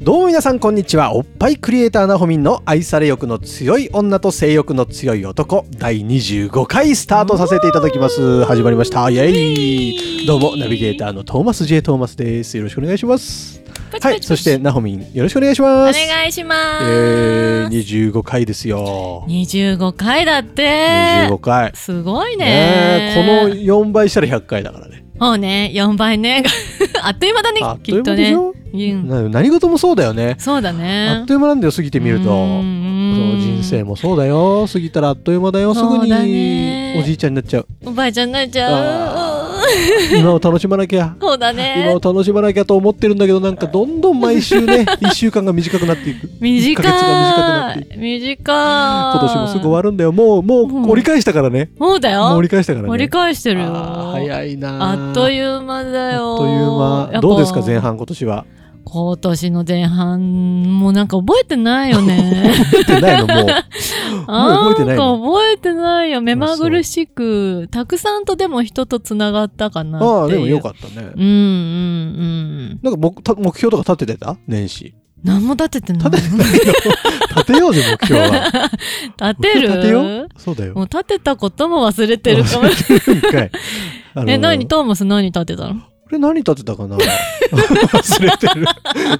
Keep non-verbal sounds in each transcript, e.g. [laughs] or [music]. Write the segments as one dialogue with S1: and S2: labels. S1: どうも皆さんこんにちはおっぱいクリエイターなほみんの愛され欲の強い女と性欲の強い男第25回スタートさせていただきます始まりましたイエイどうもナビゲーターのトーマス J トーマスですよろしくお願いします
S2: パチ
S1: は
S2: パチパ
S1: い
S2: チ
S1: そしてなほみんよろしくお願いします
S2: お願いしま
S1: えー、
S2: す。
S1: 25回ですよ
S2: 二十五回だって
S1: 25。回
S2: すごい
S1: ね
S2: ね。
S1: えこの4倍したら100回だからね
S2: もうね、四倍ね。 [laughs] あっという間だね
S1: あっ。と
S2: き
S1: いう
S2: っ
S1: 間
S2: と
S1: でし
S2: ね。
S1: ょ、
S2: うん。
S1: な何事もそうだよね
S2: そうだね。
S1: あっという間なんだよ過ぎてみるとそう人生
S2: も。
S1: もそうだよ過ぎたらあっという間だよすぐ
S2: そう
S1: に
S2: だね
S1: おじいちゃんになっちゃう
S2: おばあちゃんになっちゃ
S1: あ
S2: う。
S1: 今を楽しまなきゃ
S2: そうだ
S1: 今
S2: ね
S1: を。楽しまなきゃと思ってるんだけどなんかどんどん毎週
S2: [laughs]
S1: ね1週間が短くなっていく一ヶ
S2: 短
S1: 月が短くなっていく
S2: い。短い。
S1: 今年もすぐ終わるんだよもうも
S2: うん
S1: う折り返したからね、
S2: そうだ
S1: もう
S2: よ。
S1: 折り返したからね
S2: 折り返してるよ。
S1: あー早いなー
S2: あっという間だよ。
S1: あっという
S2: や
S1: 間
S2: っぱ
S1: どうですか前半今年は
S2: 今年の前半、もうなんか覚えてないよね。
S1: 覚えてないの
S2: [laughs]
S1: もう [laughs] もう覚えてない
S2: な
S1: の
S2: んか覚えてないよ。目まぐるしく、たくさんとでも人とつながったかなっていう。
S1: ああでもよか
S2: っ
S1: ったね、
S2: うんうんうん。
S1: なんか目た目標とか立ててた年始 [laughs]
S2: 何も立ててない。
S1: 立ててないよ立てようぜ目標は
S2: [laughs] 立てる
S1: 立てよそうだよ
S2: もう立てたことも忘れてる [laughs] かも。
S1: 忘れてるんかいあのー
S2: え、何トーマス何立てたの
S1: これ何立てたか
S2: [laughs]
S1: な忘れてる。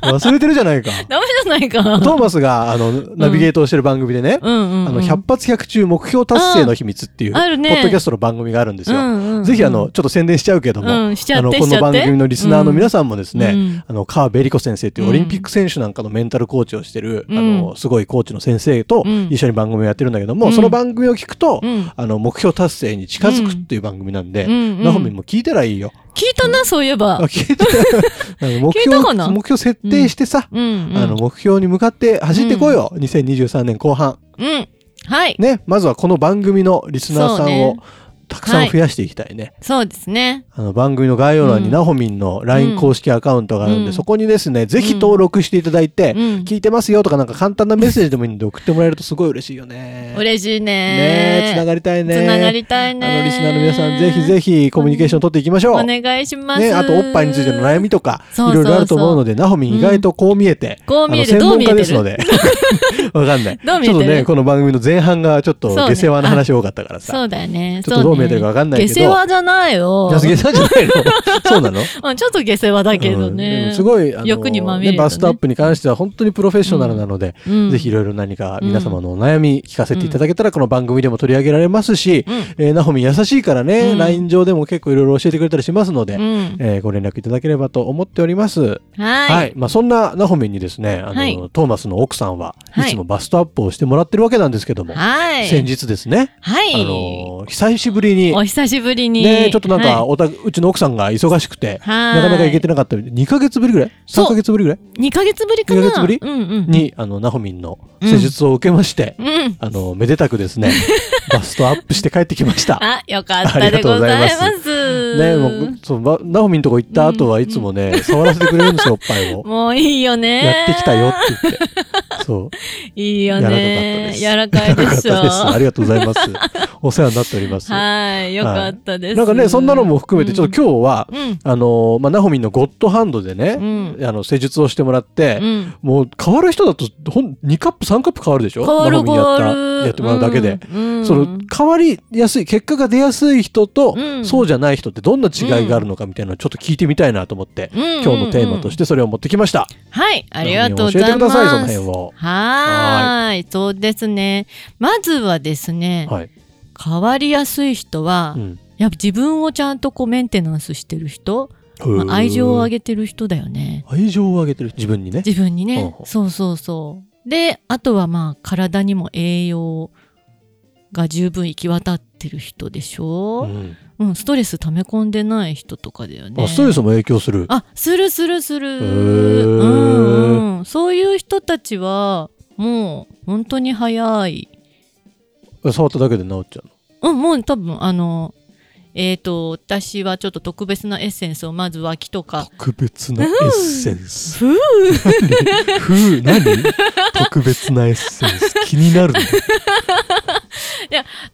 S1: 忘れてるじゃないか。
S2: ダメじゃないか。
S1: トーマスが、あの、ナビゲートをしてる番組でね、
S2: うんうん、うん。
S1: あの、100発100中目標達成の秘密っていう、ポ
S2: あるね
S1: ッドキャストの番組があるんです
S2: う
S1: よ。
S2: んうんうん
S1: ぜひ、あの、、ちょっと宣伝しちゃうけども、
S2: うん、しちゃ
S1: あ
S2: っ
S1: の、
S2: て
S1: こ
S2: しちゃ
S1: の
S2: って
S1: 番組のリスナーの皆さんもですね、
S2: うん
S1: あの、川べり子先生っていうオリンピック選手なんかのメンタルコーチをしてる、
S2: うん
S1: あの、すごいコーチの先生と
S2: うん
S1: 一緒に番組をやってるんだけども、
S2: うん
S1: その番組を聞くと、
S2: うん
S1: あの、目標達成に近づくっていう番組なんで、
S2: うんうん
S1: ナホミンも聞いたらいいよ。
S2: 聞いたな、そういえば
S1: あ。聞いた
S2: [laughs]
S1: なんか目
S2: 聞いたか
S1: 標
S2: な
S1: 目標設定してさ、
S2: うん、うん。
S1: あの目標に向かって走ってこいよ、2023年後半
S2: うん。はい。
S1: ねまずはこの番組のリスナーさんを、
S2: そうね
S1: たくさん増やしていきたいね、
S2: そうですね。
S1: あの番組の概要欄に
S2: うん
S1: なほみんの LINE 公式アカウントがあるんで、
S2: うん
S1: そこにですねぜひ登録していただいて、
S2: うん。
S1: 聞いてますよとかなんか簡単なメッセージでもいいんで送ってもらえるとすごい嬉しいよね
S2: 嬉しい
S1: ね
S2: ね。
S1: つながりたいね
S2: つながりたいね。
S1: あのリスナーの皆さんぜひぜひコミュニケーション取っていきましょう、
S2: お願いします。
S1: ね、あとおっぱいについての悩みとか
S2: そう
S1: い
S2: そ
S1: ろ
S2: う
S1: い
S2: そう
S1: ろあると思うのでなほみん意外とこう見えて、
S2: こう見え
S1: あ
S2: て
S1: の
S2: ど
S1: 専門
S2: う見
S1: 家
S2: えてる
S1: ですので [laughs] わかんない
S2: どう見
S1: ち
S2: えてる
S1: ょっとねこの番組の前半がちょっと
S2: そうね
S1: 下世話な話多かったからさ、
S2: そうだよね。
S1: ちょっとどう見えてるかわかんないけど
S2: そうね下世話じゃないよ。
S1: 安げさんじゃないの
S2: [laughs]
S1: そうなの
S2: うんちょっと下世話だけど
S1: うんで
S2: ね。
S1: もすごいあの
S2: 欲にまみれたね
S1: ねバストアップに関しては本当にプロフェッショナルなので、
S2: うん
S1: ぜひいろいろ何か皆様のお悩み聞かせていただけたら、この番組でも取り上げられますし、
S2: う
S1: えーなほみん優しいからね、
S2: うん
S1: LINE 上でも結構いろいろ教えてくれたりしますので、
S2: うん。
S1: えーご連絡いただければと思っております。はい、
S2: はい。
S1: まあ、そんなナホメンにですねあの、
S2: はい
S1: トーマスの奥さんは
S2: はい
S1: いつもバストアップをしてもらってるわけなんですけども、
S2: はい。
S1: 先日ですね、
S2: はい。
S1: あの久しぶりに
S2: お久しぶりに。
S1: ねちょっとなんか
S2: は
S1: おた、うちの奥さんが忙しくて、
S2: はい
S1: なかなか行けてなかった2ヶ月ぶりぐらい
S2: そう
S1: 3ヶ月ぶりぐらい
S2: い、2ヶ月ぶりかな。
S1: 二ヶ月ぶり
S2: うんうん。
S1: にあのナホミンの施術を受けまして、
S2: うん。
S1: あのめでたくです
S2: [laughs]
S1: ねバストアップして帰ってきました。
S2: あ、よかったでござい
S1: あ
S2: ま
S1: り
S2: す。
S1: ねもうそうばナホミンとこ行った後はいつもね、触らせてくれるんですよおっぱいを。
S2: もういいよね。
S1: やってきたよって言って。
S2: [laughs]
S1: そう。
S2: いいよね。
S1: 柔
S2: 柔
S1: ら
S2: ら
S1: か
S2: か
S1: か
S2: い
S1: った
S2: でしょ。
S1: ですありがとうございます。お世話になっております。
S2: はい、よかったです。
S1: なんかね、そんなのも含めて、ちょっ
S2: と
S1: と今日は、
S2: うん
S1: あのー、まあ、ナホミンのゴッドハンドでね、
S2: 今
S1: あの、施術をしてもらって、
S2: 日、うん、
S1: もう変わる人だとほん2カップ3カップ変わるでしょ
S2: 変わる変わ
S1: ナホミンやっ
S2: る。
S1: たやってもらうだけで、
S2: うん、うん
S1: その変わりやすい結果が出やすい人と、
S2: うん
S1: そうじゃない人ってどんな違いがあるのかみたいなのをちょっと聞いてみたいなと思って、
S2: うん
S1: 今日のテーマとしてそれを持ってきました、
S2: はい、ありがとうございます。
S1: ナホミン教えてくださいその辺を
S2: はーい、そうですね。まずはですね、
S1: はい、
S2: 変わりやすい人は、
S1: うん
S2: やっぱ自分をちゃんとこうメンテナンスしてる人、まあ愛情をあげてる人だよね。
S1: 愛情をあげてる自分にね
S2: 自分にね
S1: ほうほう
S2: そうそうそうであとはまあ体にも栄養が十分行き渡ってる人でし
S1: う
S2: ょ、
S1: ん
S2: うんストレス溜め込んでない人とかだよね
S1: あストレスも影響する
S2: あするするする、
S1: ー
S2: うんうん、そういう人たちはもう本当に早い
S1: 触っただけで治っちゃう
S2: うん、もう多分あのえっ、と私はちょっと特別なエッセンスをまず脇とか
S1: 特別なエッセンス。
S2: ふ
S1: [laughs]
S2: う
S1: ふう、何特別なエッセンス。気になるね。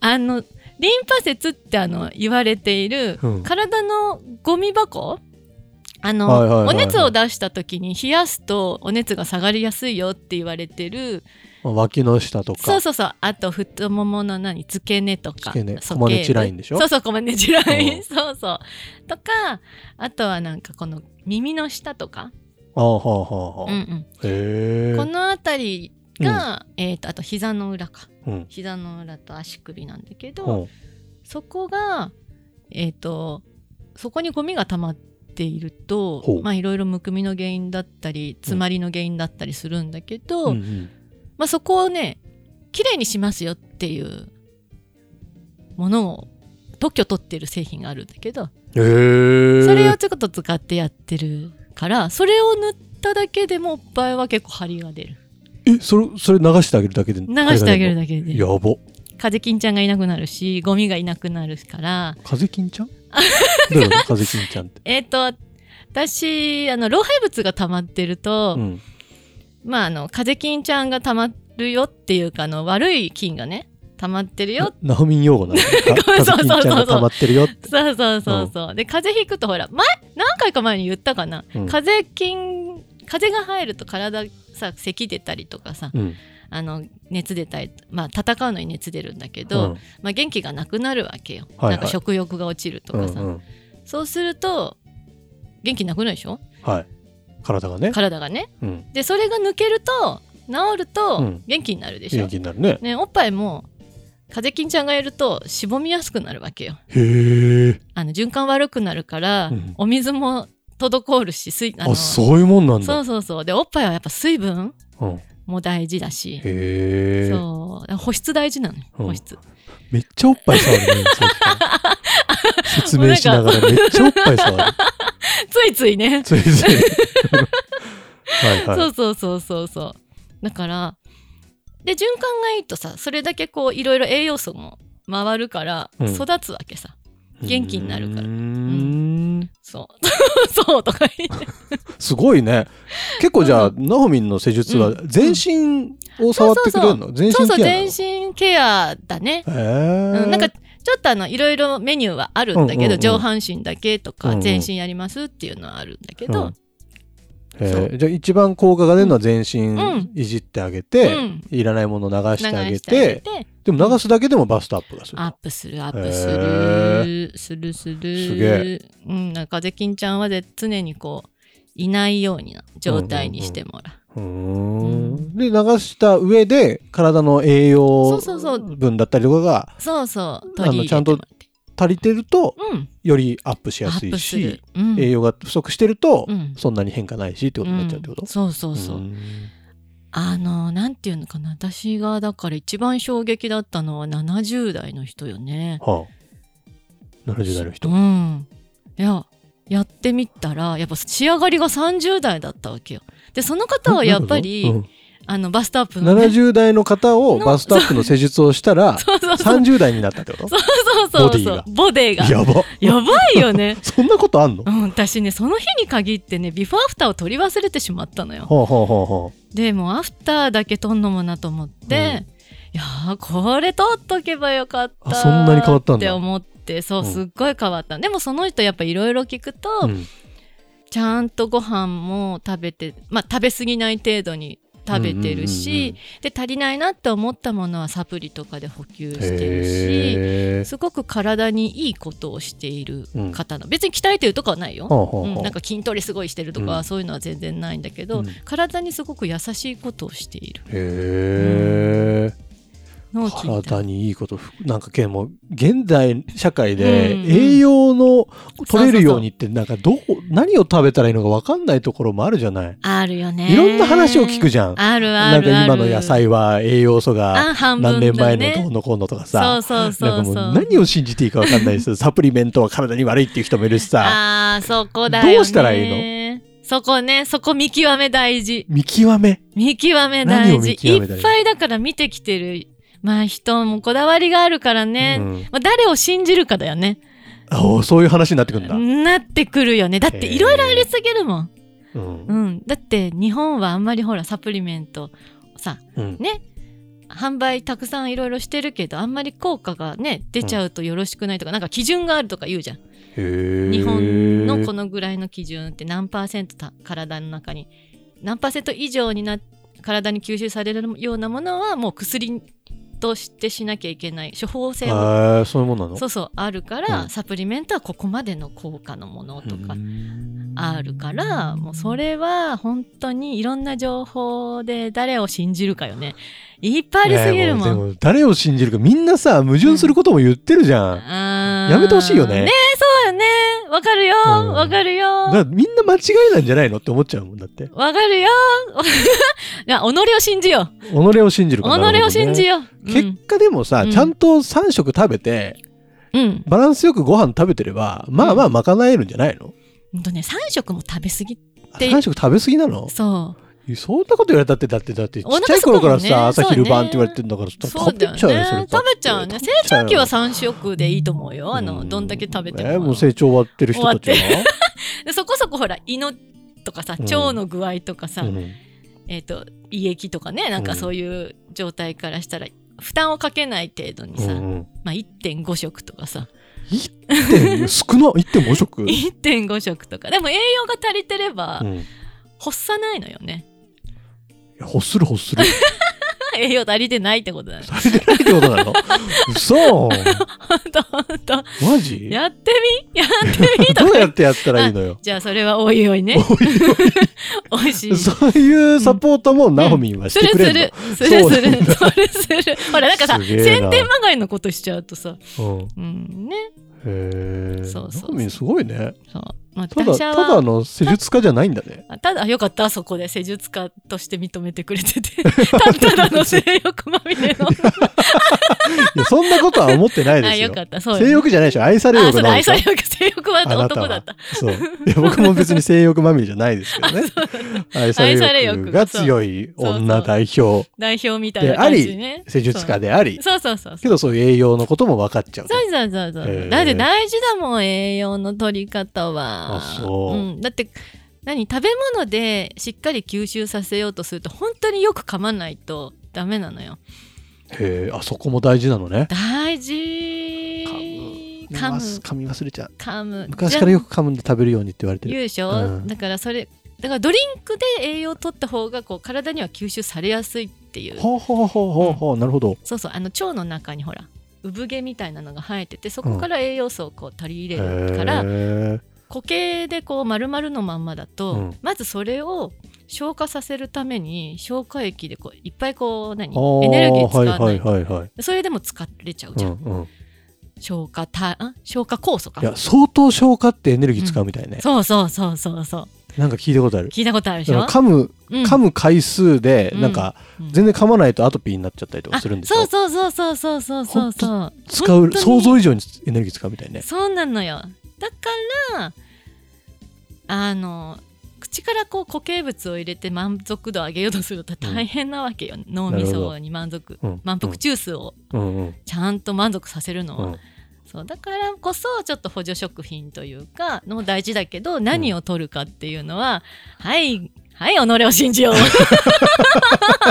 S2: あのリンパ節ってあの言われている、
S1: うん
S2: 体のゴミ箱あの、
S1: はいはいはいはい
S2: お熱を出した時に冷やすとお熱が下がりやすいよって言われてる
S1: 脇の [laughs] 下とか。
S2: そうそうそうあと太ももの何付け根とか
S1: 付け根
S2: 鼠
S1: コマネ
S2: 径
S1: チ
S2: 部
S1: ラインでしょ
S2: そうそうコマネチライン、
S1: うん
S2: [laughs] そうそうとかあとはなんかこの耳の下とか、
S1: ああ、はあ、はあ、は
S2: うん
S1: あ。
S2: う
S1: へ
S2: ん、
S1: え。
S2: この辺りが、えー、とあと膝の裏か
S1: うん。
S2: 膝の裏と足首なんだけど、
S1: うん
S2: そこがえっ、とそこにゴミが溜まっていると
S1: ほう
S2: まあいろいろむくみの原因だったり詰まりの原因だったりするんだけど、
S1: うんうん
S2: まあ、そこをねきれいにしますよっていうものを特許取ってる製品があるんだけど
S1: へえ。
S2: それをちょっと使ってやってるからそれを塗っただけでもおっぱいは結構張りが出る
S1: え、それ、それ流してあげるだけで。
S2: 流してあげるだけで出る
S1: やば。
S2: 風金ちゃんがいなくなるしゴミがいなくなるから
S1: 風金ちゃん [laughs] どういうこと風金ちゃんって。
S2: えっ、と私あの老廃物が溜まってると、
S1: うん。
S2: まああの風金ちゃんが溜まるよっていうかあの悪い菌がね溜まってるよ
S1: ナホミン用語なの。
S2: [laughs] ごめん
S1: か風金ちゃんが溜まってるよって。
S2: そうそうそうそう、で風邪ひくとほら前何回か前に言ったかな、
S1: うん
S2: 風邪菌風邪が入ると体さ咳出たりとかさ
S1: うん。
S2: あの熱出たりまあ戦うのに熱出るんだけ
S1: う
S2: ど、
S1: ん。
S2: まあ、元気がなくなるわけよ、
S1: はいはい
S2: なんか食欲が落ちると
S1: うん
S2: かさ、
S1: うん。
S2: そうすると元気なくなるでしょ
S1: はい。体がね。
S2: 体がね
S1: うん。
S2: でそれが抜けると治る
S1: う
S2: と
S1: ん
S2: 元気になるでしょ、
S1: 元気になるね。
S2: ねおっぱいも風邪菌ちゃんがいるとしぼみやすくなるわけよ
S1: へえ。
S2: あの循環悪くなるから、
S1: うん
S2: お水も滞るし水あの
S1: あ、そういうもんなんだ。
S2: そうそうそうでおっぱいはやっぱ水分
S1: うん
S2: も大事だし
S1: へえ。
S2: そう保湿大事なのよ
S1: うん
S2: 保湿、
S1: めっちゃおっぱい触る
S2: [laughs]
S1: ね。さっきから説明しながらめっちゃおっぱい触
S2: [laughs]
S1: る。
S2: ついついね
S1: つい
S2: [laughs]
S1: つい。はいはい。
S2: そうそうそうそうそうだからで循環がいいとさそれだけこういろいろ栄養素も回るから
S1: うん
S2: 育つわけさ、元気になるから
S1: うーん
S2: そうそう [laughs] とか言って
S1: すごいね。結構じゃあ、
S2: う
S1: ナホミンの施術は全身を触ってくれるの全身
S2: そうそう
S1: ケアな
S2: 全
S1: の
S2: 身ケアだね、
S1: へー
S2: うん、なんかちょっとあのいろいろメニューはあるんだけど、
S1: うんうんうん
S2: 上半身だけと
S1: うん
S2: か
S1: うん
S2: 全身やりますっていうのはあるんだけど、
S1: うんへ
S2: そ
S1: ーじゃあ一番効果が出るのは全身
S2: ん
S1: いじってあげて、
S2: うん
S1: いらないもの流
S2: 流
S1: してあげて
S2: してあげて
S1: でも流すだけでもバストアップがする
S2: アップするアップする、するする
S1: すげえ
S2: うんなんかぜきんちゃんはで常にこういないような状態にしてもらう,、
S1: うーんで流した上で体の栄
S2: そ
S1: 養
S2: うそうそう
S1: 分だったりとかが
S2: そうそう取り入れて
S1: ちゃんと
S2: もらって
S1: 足りてると
S2: うん
S1: よりアップし
S2: ア
S1: やす
S2: ッ
S1: い
S2: プす
S1: し
S2: る、うん
S1: 栄養が不足してると
S2: うん
S1: そんなに変化ないしってことになっちゃうってこと
S2: ん、そうそうそう、
S1: ーん
S2: あのなんていうのかな私がだから一番衝撃だったのは70代の人よね
S1: はあ70代の人
S2: うんいややってみたらやっぱ仕上がりが30代だったわけよでその方はやっぱり、
S1: うん
S2: あのバストアップの、ね、
S1: 70代の方を
S2: の
S1: バストアップの施術をしたら
S2: そうそうそう
S1: 30代になったってこと
S2: そうそう
S1: ボディ
S2: そ
S1: が
S2: うボディが
S1: やば
S2: やばいよね
S1: そんなことあんの
S2: うん私ねその日に限ってねビフォーアフターを取り忘れてしまったのよ
S1: ほうほうほうほ
S2: でもうアフターだけ取んのもなと思って、いやーこれ取っとけばよかっ
S1: あ
S2: た
S1: そんなに変わったんだ
S2: って思ってそう
S1: うん
S2: すっごい変わった、でもその人やっぱいろいろ聞くと、
S1: ううん
S2: ちゃんとご飯も食べてまあ食べ過ぎない程度に食べてるし、
S1: うんうんうん
S2: で足りないなって思ったものはサプリとかで補給してるし
S1: へー
S2: すごく体にいいことをしている
S1: うん
S2: 方の、別に鍛えてるとかはないよ、
S1: ほうほう
S2: うん
S1: ほう
S2: なんか筋トレすごいしてるとか、
S1: うん
S2: そういうのは全然ないんだけど、
S1: うん
S2: 体にすごく優しいことをしている
S1: へえ
S2: のを聞いた
S1: 体にいいことふなんかけんも現代社会で
S2: うんうん
S1: 栄養の取れるよう
S2: そうそうそ
S1: にってなんかどう何を食べたらいいのか分かんないところもあるじゃない。
S2: あるよね
S1: いろんな話を聞くじゃん。
S2: あるある
S1: な
S2: あ
S1: ん
S2: る
S1: か今の野菜は栄養素が
S2: あ半分
S1: 何年前の
S2: 分
S1: どう
S2: ね
S1: のこうのとかさ。
S2: そうそう
S1: な
S2: そ
S1: ん
S2: う
S1: か
S2: そ
S1: も
S2: う
S1: う何を信じていいか分かんない
S2: [laughs]
S1: です。サプリメントは体に悪いっていう人もいるしさ。
S2: ああそこだよね
S1: どうしたらい
S2: いのそこねそこ見極め大事
S1: 見極め。
S2: 見極め大
S1: 何を
S2: 事
S1: 見極めたらいい
S2: いっぱいだから見てきてるまあ人もこだわりがあるからね、
S1: うん
S2: まあ、誰を信じるかだよね
S1: あおそういう話になってくるんだ。
S2: なってくるよねだっていろいろありすぎるもん、
S1: うん
S2: うん、だって日本はあんまりほらサプリメントさ
S1: うん
S2: ね販売たくさんいろいろしてるけどあんまり効果がね出ちゃうとよろしくないとか、なんか基準があるとか言うじゃん日
S1: 日
S2: 本のこのぐらいの基準って何パーセントた体の中に何パーセント以上にな体に吸収されるようなものはもう薬としてしなきゃいけない処方
S1: へ
S2: 箋は
S1: ーそういうもんなの
S2: そうそうあるから、
S1: うん
S2: サプリメントはここまでの効果のものとか
S1: うん
S2: あるから、もうそれは本当にいろんな情報で誰を信じるかよねいっぱいありすぎるもん
S1: ねえ。うでも誰を信じるかみんなさ矛盾することも言ってるじゃん。や
S2: や
S1: めてほしいよね
S2: ねえそうよねわかるよ
S1: うん
S2: わ、かるよ
S1: だからみんな間違いなんじゃないのって思っちゃうもんだって。
S2: わかるよ。 [laughs] いや、己を信じよ。
S1: 己を信じる
S2: 己
S1: から、なるほどね
S2: を信じよ。う
S1: 結
S2: ん。
S1: 果でもさ、
S2: うん
S1: ちゃんと3食食べて
S2: うん。
S1: バランスよくご飯食べてればまあまあ賄えるんじゃないの、
S2: ほんとね、3食も食べ過ぎ。
S1: あ
S2: で
S1: 3食食べ過ぎなの
S2: そう。
S1: そんなこと言われたってだってだってち
S2: お腹
S1: っちゃい頃からさ、
S2: すくもんね
S1: 朝
S2: そうね
S1: 昼晩って言われてんだからそ
S2: そうだよね。
S1: 食べちゃうよそれ
S2: 食べちゃうね。成長期は3食でいいと思うよ。あ
S1: う
S2: の、どんだけ食べて
S1: え
S2: も。
S1: もう成長終わってる人たち
S2: 終
S1: は
S2: でそこそこほら、胃のとかさ、
S1: うん
S2: 腸の具合とかさ、
S1: うん
S2: えっと、胃液とかね、なんかそういう状態からしたら、負担をかけない程度に
S1: う
S2: さ、
S1: んうん
S2: まあ1.5食とかさ、
S1: 1.5少な1.5食、
S2: 1.5食とか。でも栄養が足りてれば
S1: う、ん、い
S2: 発さないのよね。
S1: や欲する欲する
S2: 栄養足りてないってことだね。
S1: 足りてないってことなの嘘
S2: ほんとほんと
S1: マジ
S2: やってみやってみと
S1: ど
S2: か
S1: う
S2: 言
S1: や
S2: っ
S1: ってやったらいいのよ
S2: じゃあそれはおいおいね。おいしい。す
S1: [laughs] そういうサポートもナホミンはして
S2: る
S1: くれ
S2: す
S1: んの、
S2: る。する
S1: そう
S2: す
S1: なん
S2: る。
S1: だ
S2: それする。ほらなんかさ、
S1: すげえな
S2: 宣伝まがいのことしちゃうとさ。
S1: うん
S2: うんね。
S1: へえ。
S2: そうそうそう
S1: ナホミンすごいね。
S2: そう。まあ、
S1: ただ、
S2: 私
S1: た
S2: は
S1: だの施術家じゃないんだ
S2: [laughs]
S1: ね。
S2: あただ、よかった、そこで施術家として認めてくれて [laughs] て。たただの性欲まみれの。
S1: いやそんなことは思って [laughs] ないで
S2: あ、
S1: すよ
S2: よ。かった、そうよ
S1: 性欲じゃないでしょ。愛され
S2: あ、
S1: 欲
S2: そうだ、
S1: なんで
S2: 愛
S1: しょ
S2: され。欲、性欲は
S1: あな
S2: 男だった。。
S1: そう。いや、僕も別に性欲まみれじゃないですけ
S2: [laughs]
S1: どね。愛され欲が強い女代表、
S2: 代表みたいな感じね。
S1: 施術家であり、
S2: そうそうそうそう
S1: け。どそういう栄養のことも分かっちゃうと。
S2: そうそうそうそう、
S1: へー
S2: だって大事だもん栄養の取り方は
S1: あそう
S2: うん、だって何食べ物でしっかり吸収させようとすると本当によく噛まないとダメなのよ
S1: へえ、あそこも大事なのね。
S2: 大事噛む
S1: 噛み忘れちゃう。
S2: 噛む
S1: 昔からよ
S2: く
S1: く噛むんで食べるようにって言われてる。
S2: 言うでしょ、
S1: うん
S2: だからそれだからドリンクで栄養を取った方がこう体には吸収されやすいっていう
S1: ほうほうほうほうほう、なるほど。
S2: そうそうあの腸の中にほら産毛みたいなのが生えててそこから栄養素をこう取り入れるから、
S1: へえ
S2: 固形でこう丸々のまんまだと、
S1: うん
S2: まずそれを消化させるために消化液でこういっぱいこう何
S1: あー
S2: エネルギー使わない、
S1: はいはいはいはい。
S2: それでも疲れちゃう
S1: う
S2: じゃ
S1: ん
S2: ん、
S1: うん。
S2: 消化たん消化酵素か
S1: いや、相当消化ってエネルギー使うみたいね。
S2: そうそうそうそうそう
S1: なんか聞いたことある。
S2: 聞いたことあるでし
S1: だから
S2: ょ
S1: 噛む、
S2: うん
S1: 噛む回数で、
S2: うん
S1: なんか、
S2: うん
S1: 全然噛まないとアトピーになっちゃったりとかするんでしょ
S2: あそうそうそうそうそうそうそう
S1: 使う、想
S2: 本
S1: 像以上にエネルギー使うみたい
S2: 当
S1: ね
S2: に。そうなのよだからあの口からこう固形物を入れて満足度を上げようとすると大変なわけよ、脳み
S1: なるほ
S2: そ
S1: ど
S2: に満足
S1: うん
S2: 満腹中枢を
S1: うんうん
S2: ちゃんと満足させるの
S1: う
S2: は、
S1: ん。
S2: そうだからこそちょっと補助食品というかのも大事だけど何を取るかっていうのは、はいはい己を信
S1: [laughs]
S2: じよ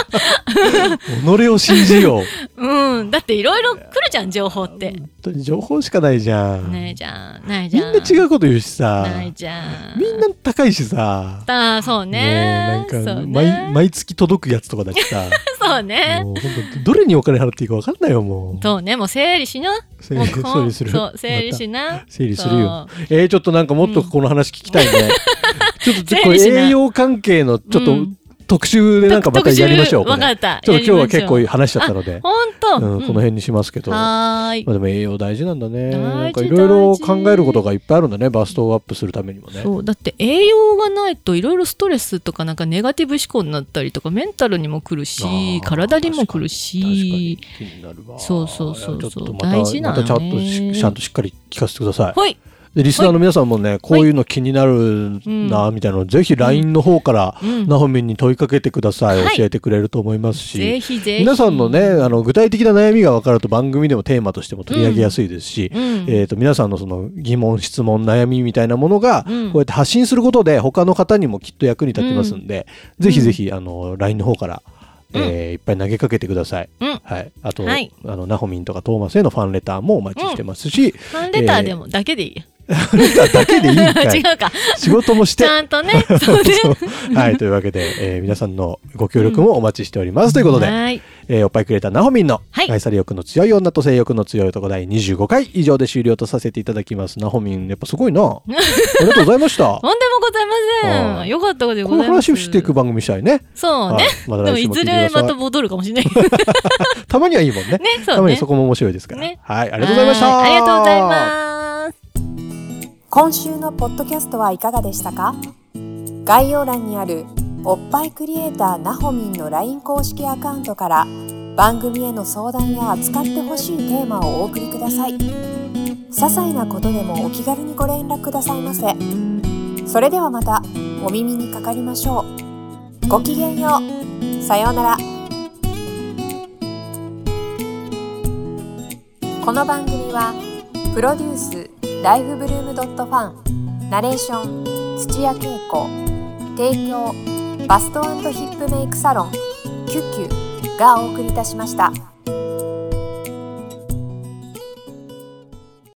S1: 己を信じよう。
S2: う、うん、だっていろいろ来るじゃん情報って
S1: 本当に情報しかないじゃん。
S2: ないじゃんないじ
S1: みん
S2: ゃん
S1: な違うこと言うしさ。
S2: ないじゃん
S1: みんな高いしさ。
S2: だそうね
S1: えな
S2: そ
S1: ん
S2: う
S1: か毎
S2: ね
S1: 毎月届くやつとかだしさ。
S2: そうね
S1: もう本当どれにお金払っていいか分かんないよもう。
S2: そうねもう整理しな
S1: 整
S2: も
S1: 理
S2: う
S1: 整理する。
S2: そう整理し
S1: ま
S2: な
S1: た整理するよ。
S2: そう
S1: えー、ちょっとなんかもっとこの話聞きたいね。ちょっとちょっとこ
S2: 整理
S1: れ
S2: しない
S1: 栄養関係のちょっと、
S2: うん
S1: 特集でなんかまたやりましょう。こ
S2: 分か
S1: れ
S2: った。
S1: ちょっと今日は結構
S2: やり
S1: 話しちゃったので
S2: ましょう。、本当。
S1: うんこの辺にしますけど。ま
S2: はーい。
S1: あでも栄養大事なんだね。
S2: 大事
S1: なんかいろいろ
S2: 大事
S1: 考えることがいっぱいあるんだね。バストをアップするためにもね。
S2: そうだって栄養がないといろいろストレスとかなんかネガティブ思考になったりとかメンタルにもくる
S1: あ
S2: し
S1: ー
S2: 体にも
S1: 確か
S2: くる
S1: に
S2: し
S1: 気になるわ。
S2: そうそうそうそう
S1: ちょっとまた
S2: 大事なのね
S1: またちゃんとしちゃんとしっかり聞かせてください。
S2: ほい、
S1: でリスナーの皆さんもね、こういうの気になるなみたいなの、ぜひ LINE の方から、
S2: うん、
S1: なほみんに問いかけてください、
S2: はい
S1: 教えてくれると思います
S2: ぜ
S1: し
S2: ひぜひ
S1: 皆さんのね、あの具体的な悩みが分かると番組でもテーマとしても取り上げやすいですし、
S2: うん
S1: えー、と皆さんのその疑問質問悩みみたいなものがこ
S2: うん
S1: うやって発信することで他の方にもきっと役に立ちますんで、ぜひぜひあの LINE の方から、えーいっぱい投げかけてください、
S2: うん
S1: はい、あと、
S2: はい
S1: あのナホミンとかトーマスへのファンレターもお待ちしてますし、
S2: ファンレターでも、だけでいいよ
S1: レターだけでいいんかい
S2: [laughs] 違うか
S1: 仕事もし
S2: ち
S1: て
S2: ゃんとねそう
S1: [laughs]
S2: ね
S1: そう [laughs] はい、というわけで、えー皆さんのご協力もお待ちしております。ということで、
S2: はい
S1: えーおっぱいくれたなほみんの、
S2: はい
S1: 愛され欲の強い女と性欲の強い男第25回以上で終了とさせていただきます。なほみん、やっぱす
S2: [laughs]
S1: ごいな。ありがとうございました。
S2: とんでもございま
S1: は
S2: せん
S1: い
S2: よかったことでご
S1: こ
S2: ざ
S1: の
S2: います
S1: 話をしていく番組したいね。
S2: そう
S1: は
S2: ね
S1: い、また
S2: でも
S1: 来週
S2: い
S1: も聞
S2: ず
S1: いてく
S2: れ
S1: ださ
S2: ま
S1: い。
S2: た戻るかもしれないけどね
S1: たまにはいいもんね。
S2: そ
S1: た
S2: う
S1: ま [laughs]
S2: ね
S1: にそこも面白いですから。
S2: ね
S1: はい、ありがとうございました。
S2: はありがとうございます
S3: 今週のポッドキャストはいかがでしたか概要欄にあるおっぱいクリエイターなほみんの LINE 公式アカウントから番組への相談や扱ってほしいテーマをお送りください些細なことでもお気軽にご連絡くださいませそれではまたお耳にかかりましょうごきげんようさようならこの番組は「プロデュースライフブルームドットファンナレーション土屋恵子提供バストヒップメイクサロン「キュッキュ」がお送りいたしました。